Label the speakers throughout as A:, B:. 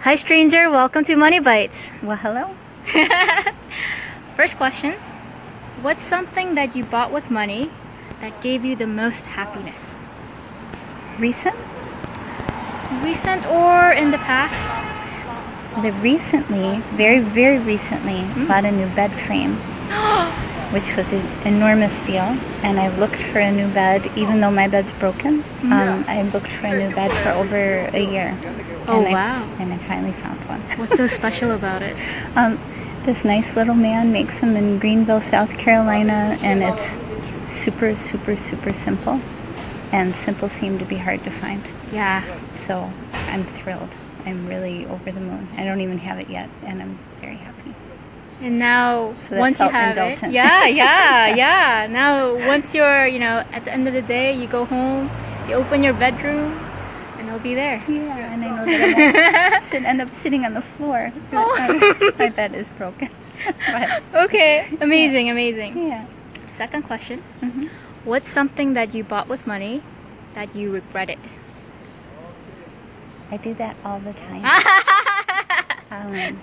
A: Hi, stranger. Welcome to Money Bites.
B: Well, hello.
A: First question What's something that you bought with money that gave you the most happiness?
B: Recent?
A: Recent or in the past?
B: The recently, very, very recently,
A: Hmm?
B: bought a new bed frame, which was an enormous deal. And I looked for a new bed, even though my bed's broken.
A: Hmm?
B: Um, I looked for a new bed for over a year.
A: Oh,
B: and
A: wow.
B: I, and I finally found one.
A: What's so special about it?
B: Um, this nice little man makes them in Greenville, South Carolina, and it's super, super, super simple. And simple seemed to be hard to find.
A: Yeah.
B: So I'm thrilled. I'm really over the moon. I don't even have it yet, and I'm very happy.
A: And now,
B: So that
A: once you
B: felt
A: have it,
B: indulgent.
A: yeah, yeah, yeah. Now, once you're, you know, at the end of the day, you go home, you open your bedroom, and it'll be there.
B: Yeah, and I know that I won't sit, end up sitting on the floor. My, my bed is broken. but
A: Okay, amazing, amazing.
B: yeah,
A: Second question
B: Mhm.
A: What's something that you bought with money that you regretted?
B: I do that all the time. um,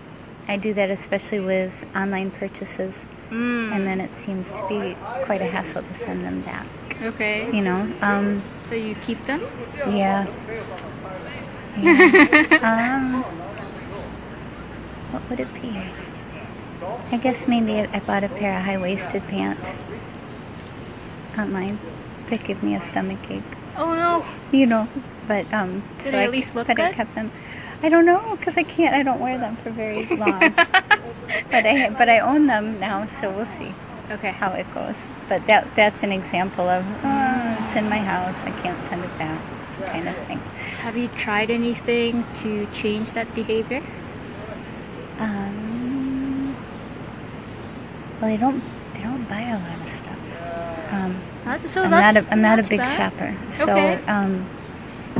B: I do that especially with online purchases,
A: Mm,
B: and then it seems to be quite a hassle to send them back.
A: okay.
B: You know, um,
A: So you keep them?
B: yeah. yeah. um, what would it be? I guess maybe I I bought a pair of high-waisted pants online that give me a stomach ache.
A: Oh no.
B: you know. But um,
A: Did
B: so
A: it
B: I,
A: at least look
B: but I
A: good?
B: kept them. I don't know because I can't. I don't wear them for very long. but I but I own them now, so we'll see
A: Okay.
B: how it goes. But that that's an example of oh, it's in my house. I can't send it back, kind of thing.
A: Have you tried anything to change that behavior?
B: Um, well, I don't I don't buy a lot of stuff. Um,
A: That's, so
B: I'm
A: Oh, that's
B: not a, I'm not, a
A: too
B: big
A: bad.
B: shopper, so
A: Okay.
B: um,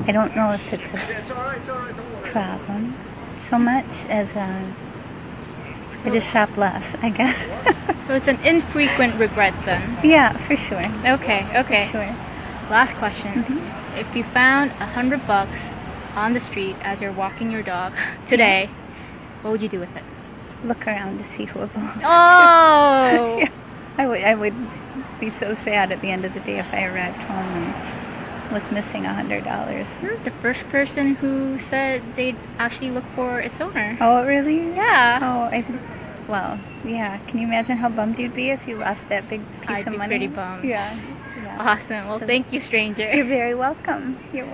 B: I don't know if it's a problem so much as uh, I just shop less, I guess.
A: So it's an infrequent regret then.
B: yeah, for sure,
A: Okay, okay.
B: for sure.
A: Last question.
B: Mm-hmm.
A: If you found a hundred bucks on the street as you're walking your dog today, what would you do with it?
B: Look around to see who it belongs
A: Oh,
B: to. I would I would be so sad at the end of the day if I arrived home and was missing a hundred dollars.
A: you're the first person who said they'd actually look for its owner.
B: Oh, really?
A: Yeah,
B: Oh, I. Well, yeah. Can you imagine how bummed you'd be if you lost that big piece
A: I'd
B: of
A: be
B: money?
A: pretty bummed.
B: Yeah. yeah.
A: awesome. Well,
B: So-
A: thank you, stranger.
B: You're very welcome. You're welcome.